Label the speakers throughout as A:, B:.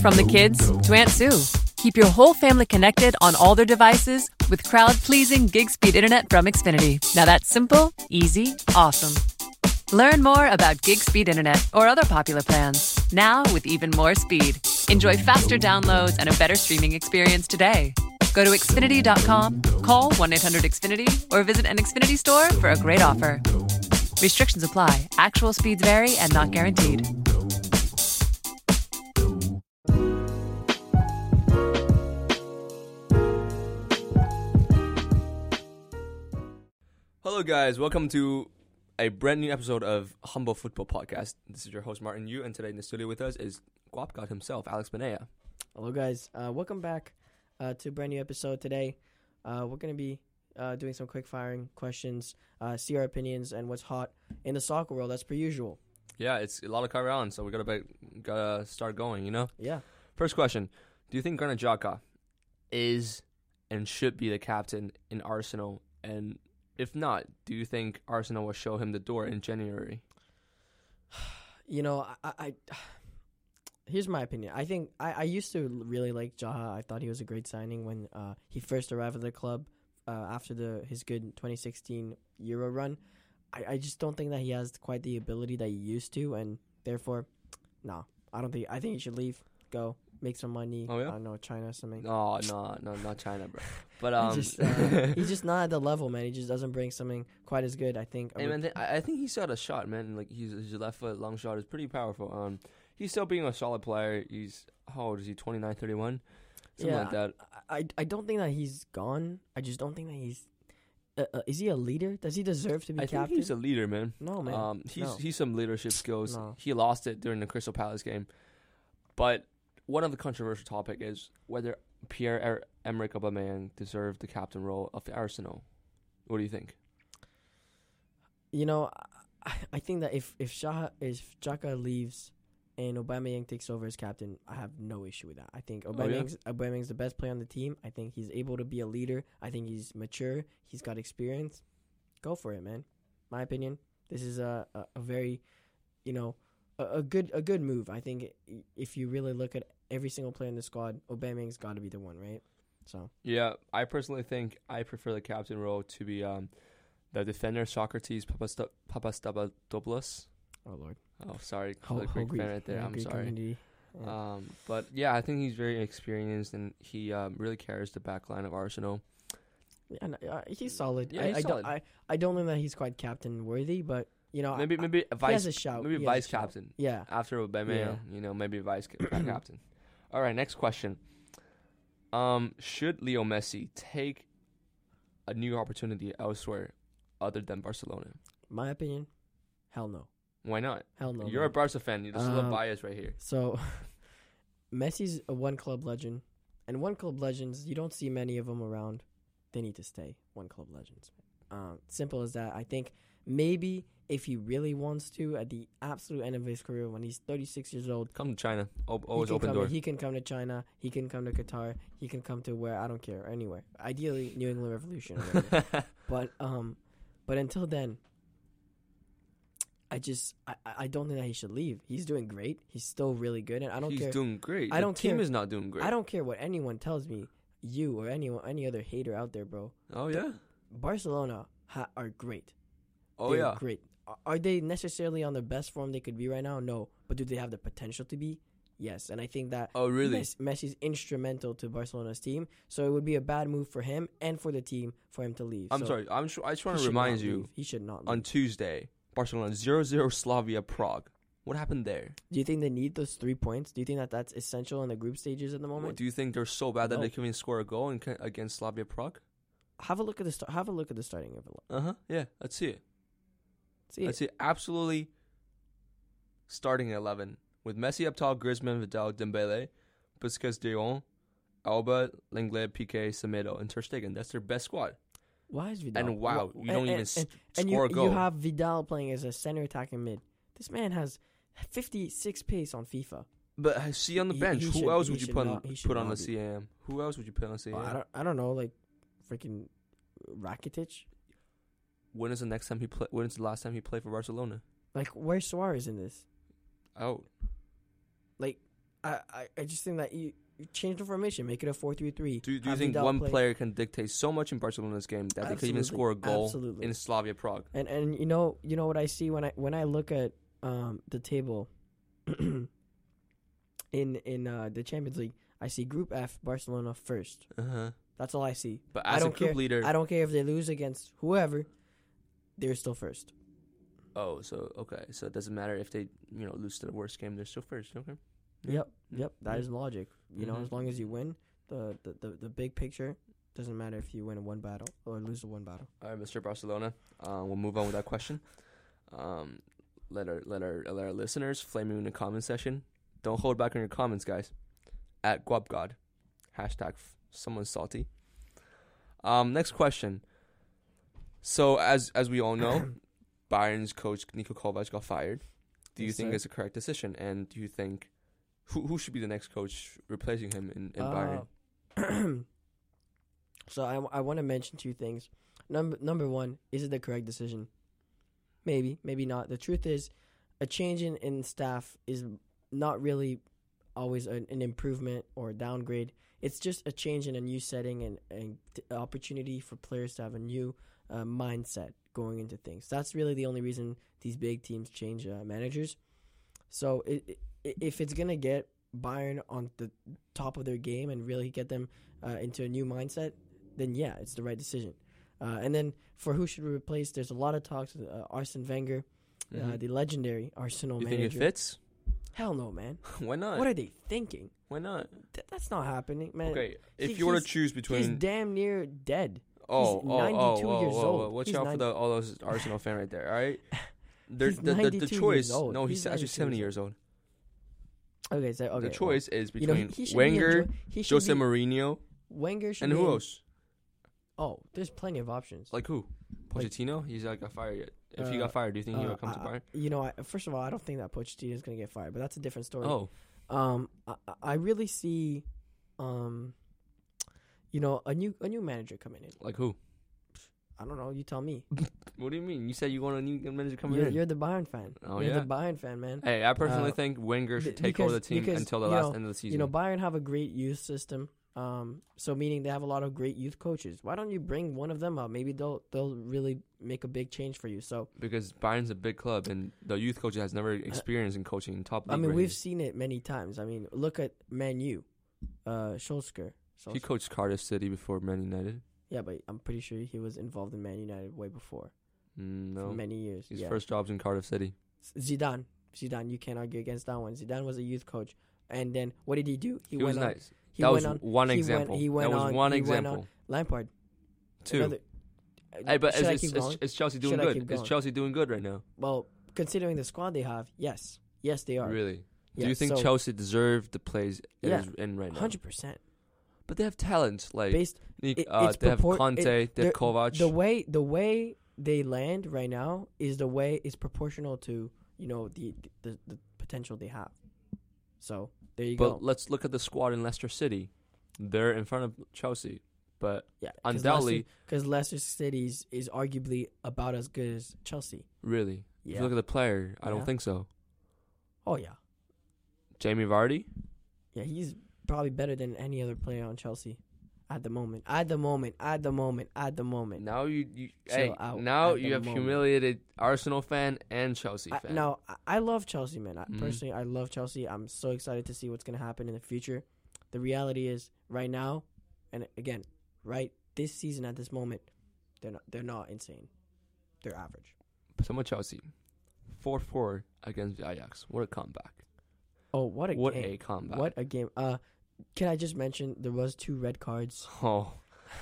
A: From the kids to Aunt Sue. Keep your whole family connected on all their devices with crowd pleasing gig speed internet from Xfinity. Now that's simple, easy, awesome. Learn more about gig speed internet or other popular plans. Now with even more speed. Enjoy faster downloads and a better streaming experience today. Go to Xfinity.com, call 1 800 Xfinity, or visit an Xfinity store for a great offer. Restrictions apply, actual speeds vary and not guaranteed.
B: Hello, guys. Welcome to a brand new episode of Humble Football Podcast. This is your host Martin Yu, and today in the studio with us is Guap God himself, Alex Benea.
C: Hello, guys. Uh, welcome back uh, to a brand new episode today. Uh, we're going to be uh, doing some quick firing questions, uh, see our opinions, and what's hot in the soccer world, as per usual.
B: Yeah, it's a lot of car around, so we gotta be, gotta start going. You know.
C: Yeah.
B: First question: Do you think Granit Xhaka is and should be the captain in Arsenal? And if not, do you think Arsenal will show him the door in January?
C: You know, I. I I- Here's my opinion. I think I, I used to really like Jaha. I thought he was a great signing when uh, he first arrived at the club uh, after the his good 2016 Euro run. I, I just don't think that he has quite the ability that he used to, and therefore, no, I don't think. I think he should leave, go make some money.
B: Oh, yeah?
C: I don't know China or something.
B: No, no, no, not China, bro. But
C: I
B: um,
C: just, uh, he's just not at the level, man. He just doesn't bring something quite as good, I think.
B: Hey, man, th- I I think he shot a shot, man. Like he's, his left foot long shot is pretty powerful. Um, he's still being a solid player. He's how old is he? 29, 31? something
C: Yeah,
B: like that.
C: I, I, I don't think that he's gone. I just don't think that he's. Uh, uh, is he a leader? Does he deserve to be
B: I
C: captain?
B: think he's a leader, man.
C: no, man.
B: Um, he's
C: no.
B: he's some leadership skills.
C: No.
B: He lost it during the Crystal Palace game, but one of the controversial topic is whether Pierre er- Emerick Aubameyang deserved the captain role of Arsenal. What do you think?
C: you know, I, I think that if if Shaha if Jaka leaves and Aubameyang takes over as captain, I have no issue with that. I think
B: Oh, yeah?
C: Aubameyang's, Aubameyang's the best player on the team. I think he's able to be a leader. I think he's mature. He's got experience. Go for it, man. My opinion. This is a a, a very, you know, a, a good a good move. I think i- if you really look at every single player in the squad, Aubameyang's got to be the one, right? So
B: Yeah, I personally think I prefer the captain role to be um, the defender Socrates Papasta- Papastapadopoulos.
C: oh lord,
B: Oh, sorry,
C: Ho-
B: for the Greek
C: Hungry-
B: fan right there. I'm
C: Hungry
B: sorry.
C: community. Yeah.
B: Um, but yeah, I think he's very experienced and he um, really carries the back line of Arsenal.
C: Yeah, and, uh, he's solid.
B: Yeah,
C: I,
B: he's
C: I
B: solid.
C: Don't, I, I don't think that he's quite captain worthy, but you know, I-
B: Maybe
C: Oh, I-
B: maybe a
C: he has
B: vice
C: a shout.
B: maybe
C: He has a
B: vice
C: shout.
B: captain
C: Yeah,
B: after Aubameyang. You know, maybe vice ca- captain. All right, next question. Um, should Leo Messi take a new opportunity elsewhere other than Barcelona?
C: my opinion. Hell no,
B: Why not?
C: hell no.
B: You're a
C: man.
B: Barca fan. There's a little
C: Um,
B: bias right here.
C: so Messi's a one club legend, and one club legends you don't see many of them around. They need to stay one club legends. Um, simple as that. I think maybe if he really wants to, at the absolute end of his career when he's 36 years old,
B: Come to China. Al- always
C: he can
B: open
C: come,
B: door.
C: He can come to China. He can come to Qatar. He can come to where I don't care anywhere. Ideally, New England Revolution. Or whatever. but um, but until then, I just I, I I don't think that he should leave. He's doing great. He's still really good, and I don't
B: He's
C: care.
B: doing great.
C: I
B: The
C: don't
B: team
C: care.
B: is not doing great.
C: I don't care what anyone tells me. You or anyone, any other hater out there, bro.
B: Oh yeah.
C: Barcelona ha- are great.
B: Oh
C: They're
B: yeah.
C: great. Are- Are they necessarily on the best form they could be right now? No, but do they have the potential to be? Yes, and I think that
B: Oh really?
C: Messi Messi's instrumental to Barcelona's team, so it would be a bad move for him and for the team for him to leave.
B: I'm
C: So
B: sorry. I'm sure. I just want
C: he
B: to
C: should
B: remind
C: not
B: you.
C: leave. he should not. Leave.
B: on Tuesday, Barcelona 0 0 Slavia Prague. What happened there?
C: Do you think they need those three points? Do you think that that's essential in the group stages at the moment?
B: Do you think they're so bad that
C: No.
B: they can even score a goal in, ca- against Slavia Prague?
C: have a look at the start. Have a look at the starting of
B: Uh huh. Yeah, let's see it.
C: See,
B: Let's see. Absolutely starting 11 with Messi up top, Griezmann, Vidal, Dembele, Busquets, De Jong, Alba, Lenglet, Piqué, Semedo, and Ter Stegen. That's their best squad.
C: why is Vidal?
B: and wow,
C: wha-
B: you don't even
C: and- and-
B: s-
C: and, and you,
B: score a goal.
C: You have Vidal playing as a center attacking mid. This man has 56 pace on FIFA.
B: but I see on the
C: He-
B: bench,
C: he
B: who
C: should-
B: else
C: he
B: would you
C: should
B: put
C: not-
B: on,
C: he should
B: put on the
C: not be.
B: CAM? Who else would you put on the
C: Well, Oh, I
B: CAM?
C: don't. I don't know. Like freaking Rakitic.
B: When is the next time he play? When is the last time he played for Barcelona?
C: Like where's Suarez in this?
B: Out.
C: Like I, I, I just think that you, you change the formation, make it a four three three.
B: Do, do you think one player can dictate so much in Barcelona's game that they could even
C: Absolutely.
B: score a goal
C: Absolutely.
B: in Slavia Prague?
C: And and you know you know what I see when I when I look at um, the table in in uh, the Champions League, I see Group F Barcelona first.
B: Uh-huh.
C: That's all I see.
B: But as
C: I
B: a
C: don't
B: group
C: care.
B: leader,
C: I don't care if they lose against whoever, they're still first.
B: oh, so okay, so it doesn't matter if they you know lose to the worst game, they're still first. Okay. Yeah.
C: Yep, yep, that
B: Yeah.
C: is logic. You know,
B: Mhm.
C: as long as you win, the the, the the big picture doesn't matter if you win one battle or lose one battle.
B: All right, Mr. Barcelona. Uh, we'll move on with that question. Um, let our let our let our listeners flame you in the comment section. Don't hold back on your comments, guys. At GuapGod. Hashtag f- someone salty. Um, next question. So as as we all know, Bayern's coach Niko Kovac got fired. Do you
C: Yes,
B: think
C: sir.
B: it's a correct decision? And do you think who who should be the next coach replacing him in, in
C: Uh,
B: Bayern?
C: Bayern. Oh. so I, I want to mention two things. Number number one, is it the correct decision? Maybe, maybe not. The truth is, a change in, in staff is not really always an, an improvement or a downgrade. It's just a change in a new setting and, and t- opportunity for players to have a new uh, mindset going into things. That's really the only reason these big teams change uh, managers. So it, i if it's gonna get Bayern on the top of their game and really get them uh, into a new mindset, then yeah, it's the right decision. Uh, and then for who should we replace, there's a lot of talks. Uh, Arsene Wenger, uh,
B: Mhm.
C: the legendary Arsenal
B: You think
C: manager.
B: it fits?
C: Hell no, man.
B: Why not?
C: What are they thinking?
B: Why not?
C: Th- that's not happening, man.
B: Okay, if
C: he-
B: you were to
C: he's-
B: choose
C: He's
B: between
C: damn near dead.
B: Oh, oh,
C: 92
B: oh, oh,
C: years
B: oh, oh,
C: old.
B: Watch
C: He's
B: out
C: nine-
B: for the, all those Arsenal fan right there. All right, They're-
C: He's
B: the, the, the
C: 92
B: choice.
C: years old.
B: No, he's,
C: He's
B: actually
C: 92 years
B: seventy years old.
C: Okay, so
B: the
C: okay. well,
B: choice is
C: you know,
B: between
C: he- he should be
B: Wenger,
C: enjoy- he should
B: Jose
C: be-
B: Mourinho,
C: Wenger should
B: and
C: be
B: who
C: in-
B: else?
C: Oh, there's plenty of options.
B: Like who?
C: Like-
B: Pochettino. he's not got fired yet. If he
C: Uh,
B: got fired, do you think he
C: Uh,
B: would come to
C: I- I-
B: Bayern?
C: You know, I, first of all, I don't think that Pochettino is going to get fired, but that's a different story.
B: Oh,
C: Um, I, I- I really see, um, you know, a new a new manager coming in.
B: like who?
C: I don't know. You tell me.
B: What do you mean? You said you want a new manager coming
C: You're,
B: in?
C: you're the Bayern fan.
B: Oh,
C: you're
B: yeah.
C: the Bayern fan, man.
B: hey, I personally
C: uh,
B: think Wenger should
C: be-
B: take over the
C: because-
B: team
C: because,
B: until the
C: you
B: last
C: know,
B: end of the season.
C: You know, Bayern have a great youth system. Um, so meaning they have a lot of great youth coaches. Why don't you bring one of them up? Maybe they'll they'll really make a big change for you. So
B: because Bayern's a big club, and the youth coach has never experienced in coaching top.
C: Uh, I
B: league
C: mean, we've
B: ratings.
C: seen it many times. I mean, look at Man U, uh, Solskjaer.
B: he
C: Solskjaer.
B: coached Cardiff City before Man United.
C: Yeah, but I'm pretty sure he was involved in Man United way before
B: Mm, No,
C: for many years.
B: His
C: yeah.
B: first job's in Cardiff City.
C: Zidane, Zidane, you can't argue against that one. Zidane was a youth coach, and then what did he do?
B: He, was
C: on.
B: nice.
C: He
B: that was
C: went on.
B: one
C: he went-
B: example.
C: he went
B: that was
C: on-
B: one
C: he went
B: example.
C: on- Lampard.
B: Two.
C: Another,
B: hey, but
C: should
B: it's,
C: I
B: it's,
C: keep
B: it's,
C: going?
B: it's Chelsea doing
C: Should I
B: good.
C: keep
B: It's
C: going?
B: Chelsea doing good right now.
C: Well, considering the squad they have, yes, yes, they are.
B: Really?
C: Yeah,
B: Do you think
C: so
B: Chelsea deserve the plays it
C: Yeah,
B: is in right now?
C: Hundred percent.
B: But they have talent. Like
C: Based
B: Nick-
C: it-
B: uh,
C: it's
B: they have
C: purport-
B: Conte,
C: it-
B: they have
C: they're-
B: Kovac.
C: the way the way they land right now is the way is proportional to you know the the, the potential they have. So there you
B: but
C: go.
B: let's look at the squad in Leicester City. They're in front of Chelsea, but
C: Yeah,
B: undoubtedly,
C: because Leicester City's is arguably about as good as Chelsea.
B: really, if
C: Yeah.
B: you look at the player, I don't
C: Yeah.
B: think so.
C: oh yeah,
B: Jamie Vardy,
C: yeah. He's probably better than any other player on Chelsea at the moment. At the moment. At the moment. At the moment.
B: Now you, you
C: Chill
B: hey,
C: out
B: now
C: at
B: you
C: the
B: have
C: moment.
B: humiliated Arsenal fan and Chelsea
C: I,
B: fan.
C: now I- I love Chelsea, man. I,
B: Mhm.
C: Personally, I love Chelsea. I'm so excited to see what's gonna happen in the future. The reality is, right now, and again, right this season at this moment, they're not they're not insane. They're average.
B: Someone Chelsea, four four against Ajax. What a comeback!
C: Oh, what a
B: what
C: game!
B: a comeback!
C: what a game! Uh, can I just mention there was two red cards,
B: Oh,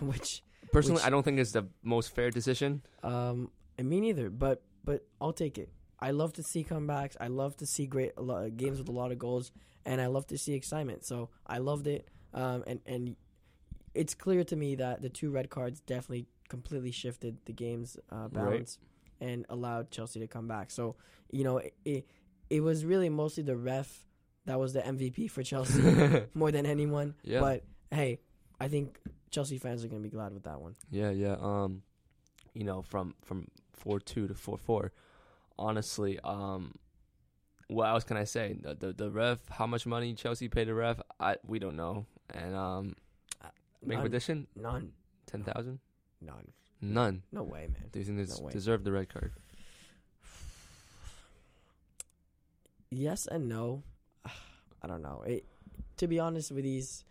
C: which
B: personally,
C: Which-
B: I don't think it's the most fair decision.
C: Um, and me neither. But but I'll take it. I love to see comebacks. I love to see great a lo- games with a lot of goals, and I love to see excitement. So I loved it. Um, and and it's clear to me that the two red cards definitely completely shifted the game's uh, balance and allowed Chelsea to come back. So you know it, it it was really mostly the ref that was the MVP for Chelsea more than anyone.
B: Yeah.
C: But hey, I think Chelsea fans are gonna be glad with that one.
B: yeah, yeah. Um, you know, from from four two to four four. Honestly, um, what else can I say? The, the the ref, how much money Chelsea paid the ref, I we don't know. And um, make a
C: None.
B: prediction:
C: None.
B: ten thousand,
C: None.
B: none.
C: No way, man.
B: Do you think this
C: No way.
B: deserved the red card?
C: Yes and no. I don't know. It, to be honest with these,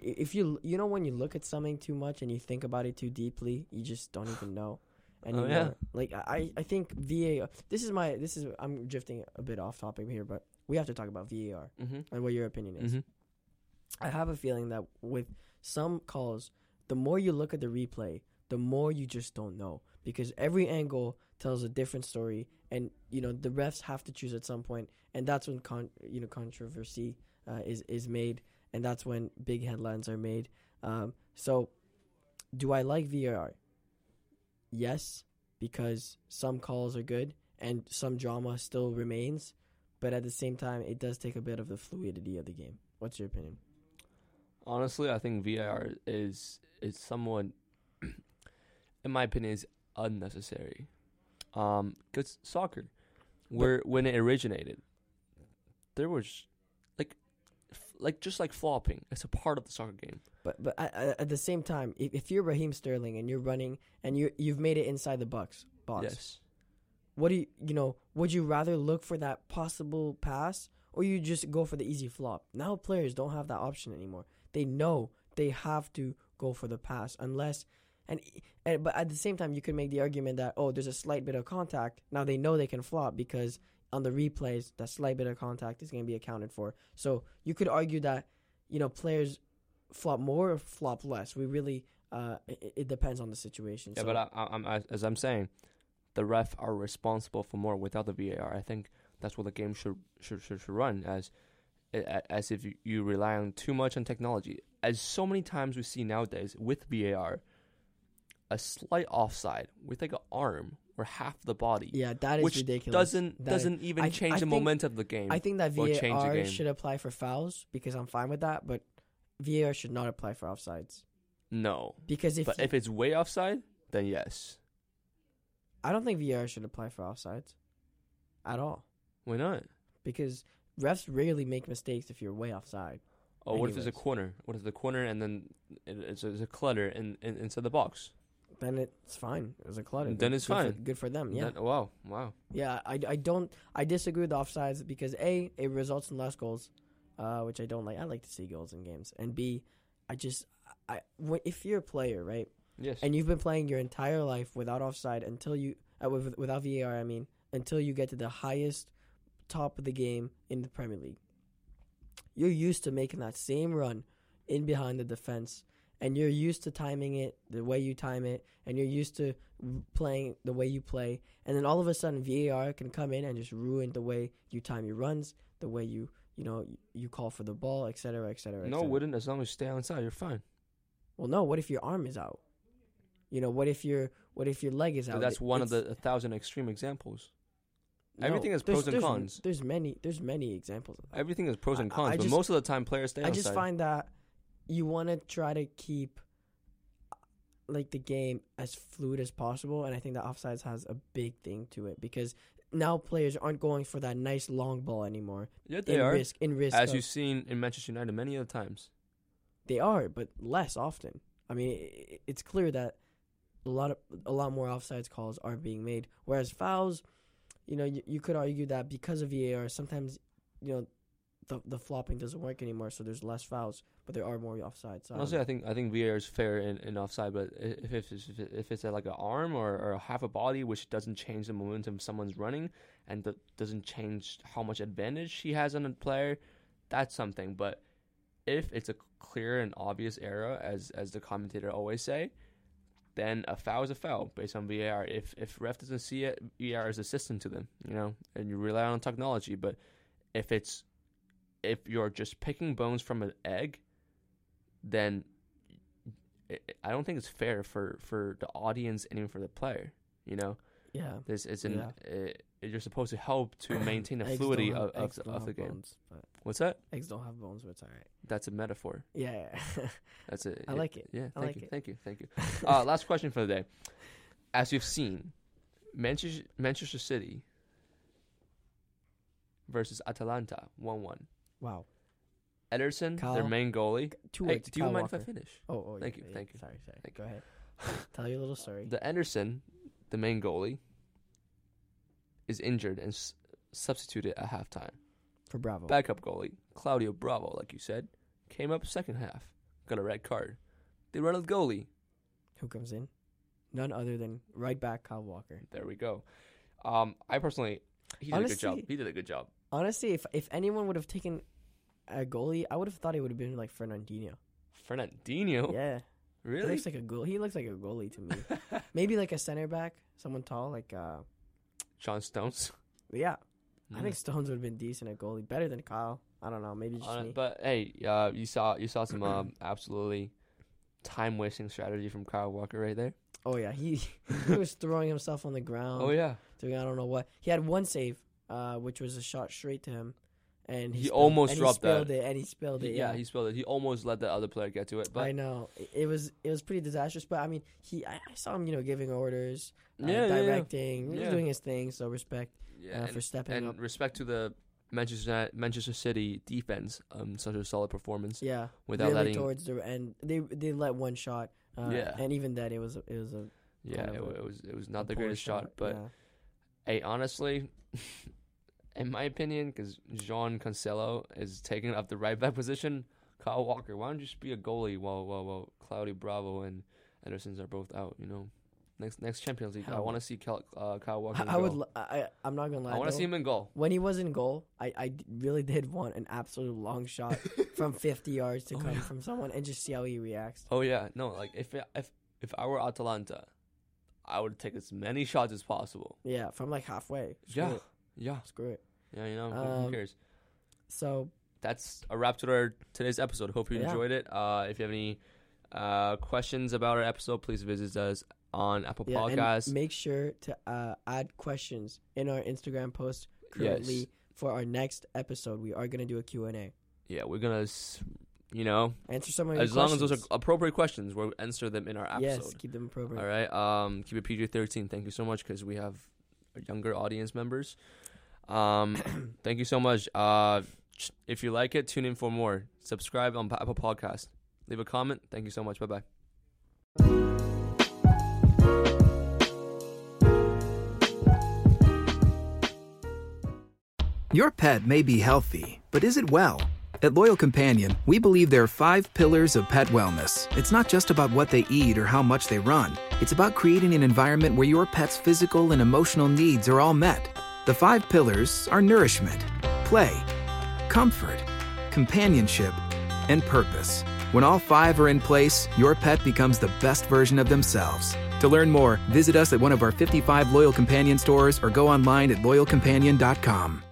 C: i- if you you know when you look at something too much and you think about it too deeply, you just don't even know.
B: Oh,
C: Anymore.
B: yeah.
C: Like I, I think VAR. This is my. This is I'm drifting a bit off topic here, but we have to talk about VAR
B: Mm-hmm.
C: and what your opinion is.
B: Mm-hmm.
C: I have a feeling that with some calls, the more you look at the replay, the more you just don't know because every angle tells a different story, and you know the refs have to choose at some point, and that's when con- you know controversy uh, is is made, and that's when big headlines are made. Um, so, do I like VAR? Yes, because some calls are good and some drama still remains, but at the same time, it does take a bit of the fluidity of the game. What's your opinion?
B: Honestly, I think VAR is is somewhat, in my opinion, is unnecessary. Um, cause soccer, where when it originated, there was, like, f- like just like flopping. It's a part of the soccer game.
C: But but at, at at the same time, if, if you're Raheem Sterling and you're running and you you've made it inside the box box,
B: Yes.
C: what do you you know? Would you rather look for that possible pass or you just go for the easy flop? Now players don't have that option anymore. They know they have to go for the pass unless and, and but at the same time you could make the argument that oh there's a slight bit of contact now they know they can flop because on the replays that slight bit of contact is going to be accounted for so you could argue that you know players flop more or flop less we really uh it, it depends on the situation
B: Yeah,
C: so,
B: but I, I, I'm I, as I'm saying, the ref are responsible for more without the VAR. I think that's what the game should should should, should run as a- a- as if you, you rely on too much on technology. As so many times we see nowadays with VAR, a slight offside with like an arm or half the body,
C: yeah that is
B: which
C: ridiculous
B: doesn't
C: That is-
B: doesn't even
C: I-
B: change
C: I
B: the
C: think-
B: momentum of the game.
C: I think that
B: or change the
C: VAR
B: game.
C: should apply for fouls because I'm fine with that, but VAR should not apply for offsides
B: no,
C: because if,
B: but
C: you-
B: if it's way offside, then yes.
C: I don't think VAR should apply for offsides at all
B: Why not?
C: because refs rarely make mistakes if you're way offside.
B: Oh, what if there's a
C: Anyways.
B: corner? What if the corner and then it, it's, a, it's a clutter in, in, inside the box?
C: Then it's fine. It was a clutter.
B: Then
C: Good-
B: it's
C: good for-
B: fine.
C: good for them. Yeah,
B: That- wow, wow.
C: yeah. I, I don't. I disagree with offsides because a it results in less goals, uh, which I don't like. I like to see goals in games, and b, I just I when- if you're a player right.
B: Yes.
C: and you've been playing your entire life without offside until you uh, with, without VAR, I mean, until you get to the highest top of the game in the Premier League. You're used to making that same run in behind the defense, and you're used to timing it the way you time it, and you're used to w- playing the way you play. And then all of a sudden, VAR can come in and just ruin the way you time your runs, the way you you know you, you call for the ball, et cetera, et cetera. et
B: no,
C: cetera.
B: wouldn't. As long as you stay outside, you're fine.
C: Well, no. What if your arm is out? You know, what if your what if your leg is
B: But
C: out?
B: that's one of
C: It's-
B: the a thousand extreme examples.
C: no,
B: everything has
C: there's-
B: pros and
C: there's-
B: cons.
C: There's many there's many examples. Of that.
B: Everything is pros and
C: I- I
B: cons, but
C: just-
B: most of the time players stay
C: I
B: outside.
C: just find that you want to try to keep like the game as fluid as possible, and I think that offsides has a big thing to it because now players aren't going for that nice long ball anymore.
B: yeah, they
C: in
B: are.
C: risk in risk
B: As
C: of-
B: you've seen in Manchester United many other times.
C: They are, but less often. I mean, i- i- it's clear that a lot of a lot more offsides calls are being made, whereas fouls, you know, you, you could argue that because of VAR, sometimes you know the the flopping doesn't work anymore, so there's less fouls, but there are more offsides. Um, So I don't
B: Honestly,
C: know.
B: I think I think VAR is fair in, in offside, but i- if it's if it- if it's uh, like an arm or, or half a body, which doesn't change the momentum someone's running and th- doesn't change how much advantage he has on a player, that's something. But if it's a clear and obvious error, as as the commentator always say, then a foul is a foul based on VAR. If if ref doesn't see it, VAR is assistant to them, you know, and you rely on technology. But if it's if you're just picking bones from an egg, then I- I don't think it's fair for for the audience and even for the player. You know,
C: yeah.
B: this it's an
C: Yeah.
B: it, you're supposed to help to maintain the
C: Eggs
B: fluidity
C: don't have-
B: of, of,
C: eggs
B: the,
C: don't
B: of the
C: have
B: game.
C: bones, but
B: What's that?
C: eggs don't have bones, but it's all right.
B: That's a metaphor.
C: Yeah, yeah.
B: That's it.
C: I like it.
B: Yeah,
C: I
B: thank
C: like
B: you,
C: it.
B: thank you, thank you. Uh, last question for the day. As you've seen, Manchester Manchester City versus Atalanta, one-one.
C: Wow.
B: Ederson, their
C: Kyle-
B: main goalie.
C: Two
B: Hey,
C: words.
B: do you
C: Kyle
B: mind
C: Walker.
B: if I finish?
C: Oh, oh,
B: Thank
C: yeah,
B: you,
C: yeah,
B: thank you,
C: Sorry, sorry.
B: thank
C: Go ahead. Tell your little story.
B: The Ederson, the main goalie, is injured and s- substituted at halftime.
C: For Bravo.
B: Backup goalie Claudio Bravo, like you said, came up second half, got a red card. They run with goalie.
C: Who comes in? None other than right back Kyle Walker.
B: There we go. Um, I personally, he did a good job.
C: Honestly-
B: He did a good job.
C: Honestly, if if anyone would have taken a goalie, I would have thought it would have been like Fernandinho.
B: Fernandinho,
C: Yeah.
B: Oh,
C: He
B: really?
C: looks like a goal. He looks like a goalie to me. Maybe like a center back, someone tall, like uh,
B: John Stones.
C: yeah. I
B: Mm.
C: think Stones would have been decent at goalie, better than Kyle. I don't know. Maybe just
B: Uh,
C: me.
B: but hey, uh, you saw you saw some um, absolutely time wasting strategy from Kyle Walker right there.
C: oh yeah, he he was throwing himself on the ground.
B: oh yeah,
C: doing I don't know what. He had one save, uh, which was a shot straight to him, and he,
B: He
C: spilled-
B: almost
C: and
B: dropped
C: he spilled
B: that.
C: it, and he spilled
B: He-
C: it.
B: yeah,
C: yeah,
B: he spilled it. He almost let the other player get to it,
C: I
B: but
C: know It- it was it was pretty disastrous, but I mean, he I, I saw him you know giving orders, uh,
B: yeah, yeah, yeah,
C: directing, he was
B: Yeah.
C: doing his thing. So respect
B: yeah.
C: uh,
B: and,
C: for stepping
B: and
C: up.
B: respect to the Manchester Uni- Manchester City defense, um, such a solid performance
C: Yeah,
B: without
C: really
B: letting.
C: towards the end, they they let one shot. Uh,
B: Yeah.
C: and even that it was a, it was a
B: yeah,
C: kind of
B: it,
C: a-
B: wa- it was it was
C: a
B: not the
C: poor
B: greatest shot, but
C: yeah.
B: hey, honestly. In my opinion, because Jean Cancelo is taking up the right back position, Kyle Walker, why don't you just be a goalie while while while Cloudy Bravo and Anderson's are both out? You know, next next Champions League, I
C: Hell.
B: want to see Cal, uh, Kyle Walker. in
C: I, I would
B: goal.
C: lo- I I- I'm not gonna lie.
B: I want to
C: though,
B: see him in goal.
C: when he was in goal, I, I d- really did want an absolute long shot from 50 yards to
B: Oh,
C: come
B: yeah.
C: from someone and just see how he reacts.
B: Oh yeah, no, like if I- if if I were Atalanta, I would take as many shots as possible.
C: Yeah, from like halfway. Screw
B: Yeah,
C: it.
B: yeah,
C: Screw it.
B: yeah. You know, who- who
C: Um,
B: cares?
C: So,
B: That's a wrap to our today's episode. Hope you
C: Yeah.
B: enjoyed it. Uh, if you have any uh questions about our episode, please visit us on Apple
C: yeah,
B: Podcasts.
C: and make sure to uh, add questions in our Instagram post currently
B: Yes.
C: for our next episode. We are going to do a Q&A.
B: yeah, we're gonna, s- you know,
C: Answer some of your
B: as long as those are
C: questions.
B: appropriate questions, we'll answer them in our
C: Yes,
B: episode.
C: keep them appropriate.
B: All right. Um, keep it PG thirteen. Thank you so much because we have younger audience members. Um, thank you so much. Uh, ch- if you like it, tune in for more. Subscribe on Apple Podcast. Leave a comment. Thank you so much. Bye bye.
D: Your pet may be healthy, but is it well? At Loyal Companion, we believe there are five pillars of pet wellness. It's not just about what they eat or how much they run, it's about creating an environment where your pet's physical and emotional needs are all met. The five pillars are nourishment, play, comfort, companionship, and purpose. When all five are in place, your pet becomes the best version of themselves. To learn more, visit us at one of our 55 Loyal Companion stores or go online at loyalcompanion.com.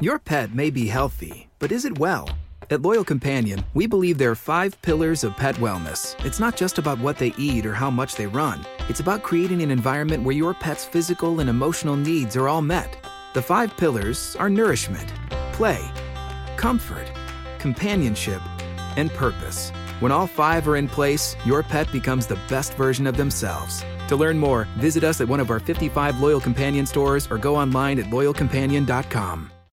D: Your pet may be healthy, but is it well? At Loyal Companion, we believe there are five pillars of pet wellness. It's not just about what they eat or how much they run, it's about creating an environment where your pet's physical and emotional needs are all met. The five pillars are nourishment, play, comfort, companionship, and purpose. When all five are in place, your pet becomes the best version of themselves. To learn more, visit us at one of our 55 Loyal Companion stores or go online at loyalcompanion.com.